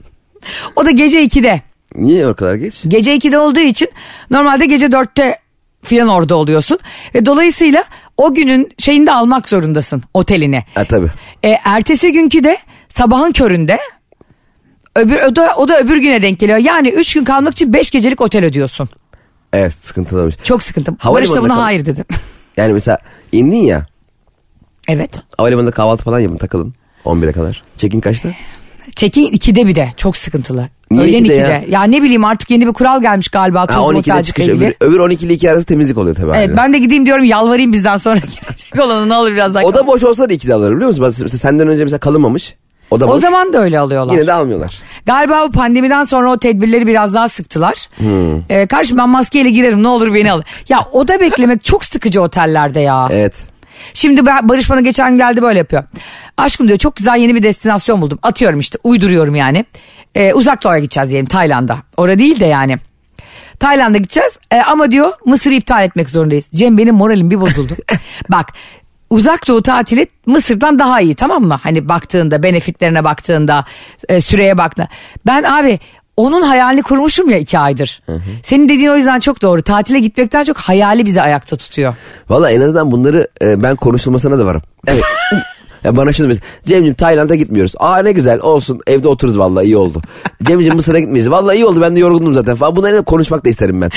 Speaker 2: o da gece 2'de.
Speaker 3: Niye o kadar geç?
Speaker 2: Gece 2'de olduğu için normalde gece 4'te filan orada oluyorsun. Ve dolayısıyla o günün şeyini de almak zorundasın otelini.
Speaker 3: Ha tabii.
Speaker 2: E, ertesi günkü de sabahın köründe öbür, o, da, o da öbür güne denk geliyor. Yani 3 gün kalmak için 5 gecelik otel ödüyorsun.
Speaker 3: Evet sıkıntılı olmuş.
Speaker 2: Çok sıkıntı. Barış da
Speaker 3: Havalimanında
Speaker 2: buna
Speaker 3: kal-
Speaker 2: hayır dedi.
Speaker 3: Yani mesela indin ya
Speaker 2: evet.
Speaker 3: havalimanında kahvaltı falan yapın takılın. 11'e kadar. Çekin kaçta?
Speaker 2: Çekin 2'de bir de çok sıkıntılı.
Speaker 3: Niye
Speaker 2: Öğlen 2'de.
Speaker 3: 2'de
Speaker 2: Ya?
Speaker 3: ya?
Speaker 2: ne bileyim artık yeni bir kural gelmiş galiba.
Speaker 3: Ha
Speaker 2: turizm
Speaker 3: 12'de
Speaker 2: otelcilikle
Speaker 3: çıkış
Speaker 2: ilgili.
Speaker 3: öbür, öbür 12 ile 2 arası temizlik oluyor tabii.
Speaker 2: Evet
Speaker 3: haliyle.
Speaker 2: ben de gideyim diyorum yalvarayım bizden sonra gelecek olanı ne olur biraz daha.
Speaker 3: O da boş olsa da 2'de alırım biliyor musun? Mesela senden önce mesela kalınmamış. O da boş.
Speaker 2: o zaman da öyle alıyorlar.
Speaker 3: Yine de almıyorlar.
Speaker 2: Galiba bu pandemiden sonra o tedbirleri biraz daha sıktılar.
Speaker 3: Hmm.
Speaker 2: Ee, kardeşim ben maskeyle girerim ne olur beni alın. Ya oda beklemek çok sıkıcı otellerde ya.
Speaker 3: Evet.
Speaker 2: Şimdi ben- Barış bana geçen gün geldi böyle yapıyor. Aşkım diyor çok güzel yeni bir destinasyon buldum. Atıyorum işte uyduruyorum yani. Ee, uzak doğuya gideceğiz diyelim Tayland'a. Orada değil de yani. Tayland'a gideceğiz Ee, ama diyor Mısır'ı iptal etmek zorundayız. Cem benim moralim bir bozuldu. Bak uzak doğu tatili Mısır'dan daha iyi tamam mı? Hani baktığında benefitlerine baktığında e, süreye baktığında. Ben abi onun hayalini kurmuşum ya iki aydır. Senin dediğin o yüzden çok doğru. Tatile gitmekten çok hayali bizi ayakta tutuyor.
Speaker 3: Valla en azından bunları e, ben konuşulmasına da varım. Evet. Ya bana şunu mesela. Cem'ciğim Tayland'a gitmiyoruz. Aa ne güzel olsun evde otururuz valla iyi oldu. Cem'ciğim Mısır'a gitmeyeceğiz. Valla iyi oldu ben de yorgundum zaten falan. Bunları konuşmak da isterim ben.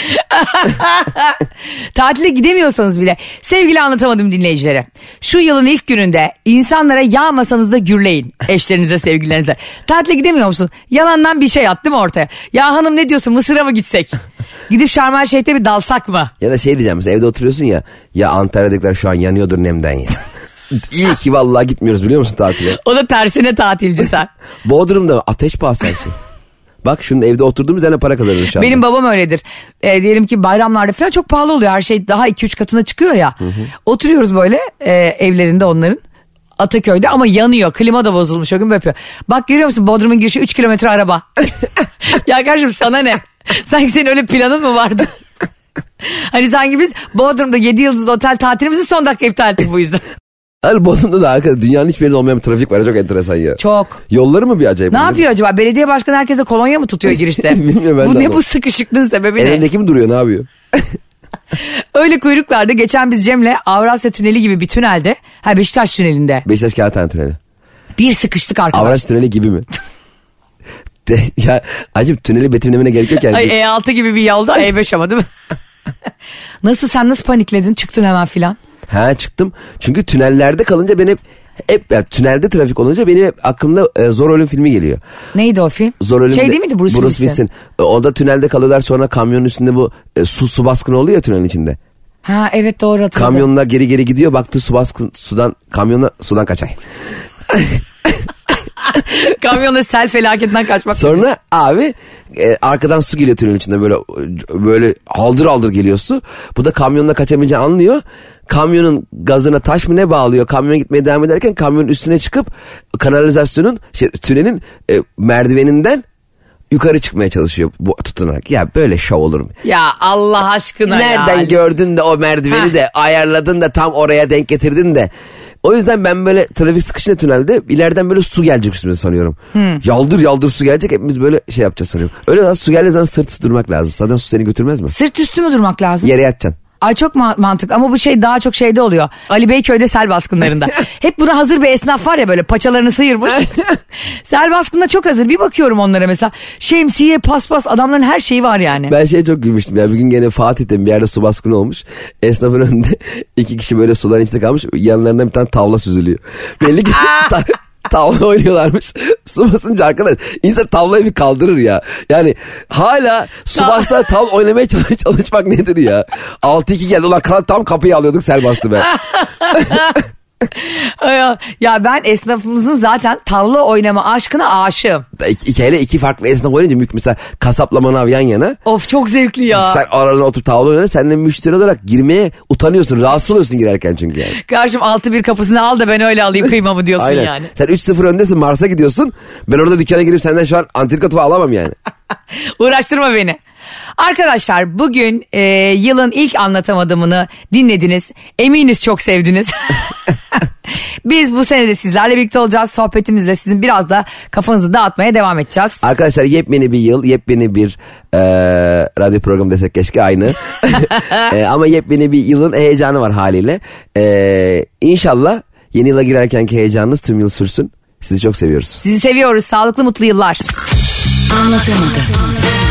Speaker 2: Tatile gidemiyorsanız bile sevgili anlatamadım dinleyicilere. Şu yılın ilk gününde insanlara yağmasanız da gürleyin eşlerinize sevgililerinize. Tatile gidemiyor musun? Yalandan bir şey attım ortaya. Ya hanım ne diyorsun Mısır'a mı gitsek? Gidip Şarm El Şeyh'te bir dalsak mı?
Speaker 3: Ya da şey diyeceğim mesela evde oturuyorsun ya. Ya Antalya'dakiler şu an yanıyordur nemden ya. iyi ki vallahi gitmiyoruz biliyor musun tatile.
Speaker 2: O da tersine tatilci sen.
Speaker 3: Bodrum'da ateş pahası her şey. Bak şimdi evde oturduğumuz yerine para kazanıyoruz şu anda.
Speaker 2: Benim babam öyledir. E, diyelim ki bayramlarda falan çok pahalı oluyor. Her şey daha 2-3 katına çıkıyor ya. Oturuyoruz böyle e, evlerinde onların. Ataköy'de ama yanıyor. Klima da bozulmuş o gün öpüyor. Bak görüyor musun Bodrum'un girişi 3 kilometre araba. ya kardeşim sana ne? Sanki senin öyle planın mı vardı? hani sanki biz Bodrum'da 7 yıldız otel tatilimizi son dakika iptal ettik bu yüzden.
Speaker 3: Hani Bodrum'da da arkadaş dünyanın hiçbir yerinde olmayan bir trafik var. Çok enteresan ya.
Speaker 2: Çok.
Speaker 3: Yolları mı bir acayip?
Speaker 2: Ne yapıyor acaba? Belediye başkanı herkese kolonya mı tutuyor girişte?
Speaker 3: Bilmiyorum ben
Speaker 2: bu
Speaker 3: de
Speaker 2: ne
Speaker 3: ama.
Speaker 2: bu sıkışıklığın sebebi ne?
Speaker 3: Elindeki mi duruyor ne yapıyor?
Speaker 2: Öyle kuyruklarda geçen biz Cem'le Avrasya Tüneli gibi bir tünelde, ha Beşiktaş Tüneli'nde
Speaker 3: Beşiktaş Kağıthane Tüneli.
Speaker 2: bir sıkıştık arkadaş.
Speaker 3: Avraş Tüneli gibi mi? De- ya acip tüneli betimlemene gerek yok yani.
Speaker 2: Ay e- E6 gibi bir yolda E5 ama değil mi? nasıl sen nasıl panikledin çıktın hemen filan?
Speaker 3: Ha çıktım. Çünkü tünellerde kalınca ben hep hep ya, tünelde trafik olunca benim hep aklımda e, Zor Ölüm filmi geliyor.
Speaker 2: Neydi o film?
Speaker 3: Zor Ölüm
Speaker 2: Şey
Speaker 3: de-
Speaker 2: değil miydi Bruce, Willis'in?
Speaker 3: E, Orada tünelde kalıyorlar sonra kamyonun üstünde bu e, su su baskını oluyor ya tünelin içinde.
Speaker 2: Ha evet doğru hatırladım.
Speaker 3: Kamyonla geri geri gidiyor baktı su baskın sudan kamyonla sudan kaçay.
Speaker 2: Kamyonla sel felaketinden kaçmak.
Speaker 3: Sonra abi e, arkadan su geliyor tünelin içinde böyle böyle aldır aldır geliyor su. Bu da kamyonla kaçamayacağını anlıyor. Kamyonun gazına taş mı ne bağlıyor? Kamyon gitmeye devam ederken kamyonun üstüne çıkıp kanalizasyonun şey, tünelin e, merdiveninden yukarı çıkmaya çalışıyor bu, tutunarak. Ya böyle şov olur mu?
Speaker 2: ya Allah aşkına ya.
Speaker 3: Nereden
Speaker 2: Ali.
Speaker 3: gördün de o merdiveni
Speaker 2: Heh.
Speaker 3: de ayarladın da tam oraya denk getirdin de. O yüzden ben böyle trafik sıkışınca tünelde ileriden böyle su gelecek üstüme sanıyorum. Yaldır yaldır su gelecek hepimiz böyle şey yapacağız sanıyorum. Öyle lan su geldiği zaman sırt üstü durmak lazım. Zaten su seni götürmez mi?
Speaker 2: Sırt üstü mü durmak lazım?
Speaker 3: Yere yatacaksın.
Speaker 2: Ay çok ma- mantık ama bu şey daha çok şeyde oluyor. Ali Beyköy'de sel baskınlarında. Hep buna hazır bir esnaf var ya böyle paçalarını sıyırmış. sel baskında çok hazır. Bir bakıyorum onlara mesela. Şemsiye, paspas adamların her şeyi var yani.
Speaker 3: Ben şeye çok gülmüştüm ya bir gün gene Fatih'te bir yerde su baskını olmuş. Esnafın önünde iki kişi böyle suların içinde kalmış yanlarından bir tane tavla süzülüyor. Belli ki ta- tavla oynuyorlarmış. Su basınca arkadaş insan tavlayı bir kaldırır ya. Yani hala su
Speaker 2: Ta-
Speaker 3: bastılar tavla oynamaya çalış- çalışmak nedir ya? 6-2 geldi ulan kal- tam kapıyı alıyorduk sel bastı be.
Speaker 2: Ay, ya ben esnafımızın zaten tavla oynama aşkına aşığım.
Speaker 3: iki, iki, hele iki farklı esnaf oynayınca mük- mesela kasapla manav yan yana.
Speaker 2: Of çok zevkli ya.
Speaker 3: Sen aralarına oturup tavla oynuyorsun. Sen de müşteri olarak girmeye utanıyorsun. Rahatsız oluyorsun girerken çünkü yani.
Speaker 2: Karşım altı bir kapısını al da ben öyle alayım kıymamı diyorsun
Speaker 3: Aynen.
Speaker 2: yani.
Speaker 3: Sen 3-0 öndesin Mars'a gidiyorsun. Ben orada dükkana girip senden şu an antrikot falan alamam yani.
Speaker 2: Uğraştırma beni. Arkadaşlar bugün e, yılın ilk anlatamadığımını dinlediniz. Eminiz çok sevdiniz. Biz bu sene de sizlerle birlikte olacağız. Sohbetimizle sizin biraz da kafanızı dağıtmaya devam edeceğiz.
Speaker 3: Arkadaşlar yepyeni bir yıl, yepyeni bir e, radyo programı desek keşke aynı. E, ama yepyeni bir yılın heyecanı var haliyle. E, inşallah yeni yıla girerkenki heyecanınız tüm yıl sürsün. Sizi çok seviyoruz.
Speaker 2: Sizi seviyoruz. Sağlıklı mutlu yıllar.
Speaker 4: Anlatamadım.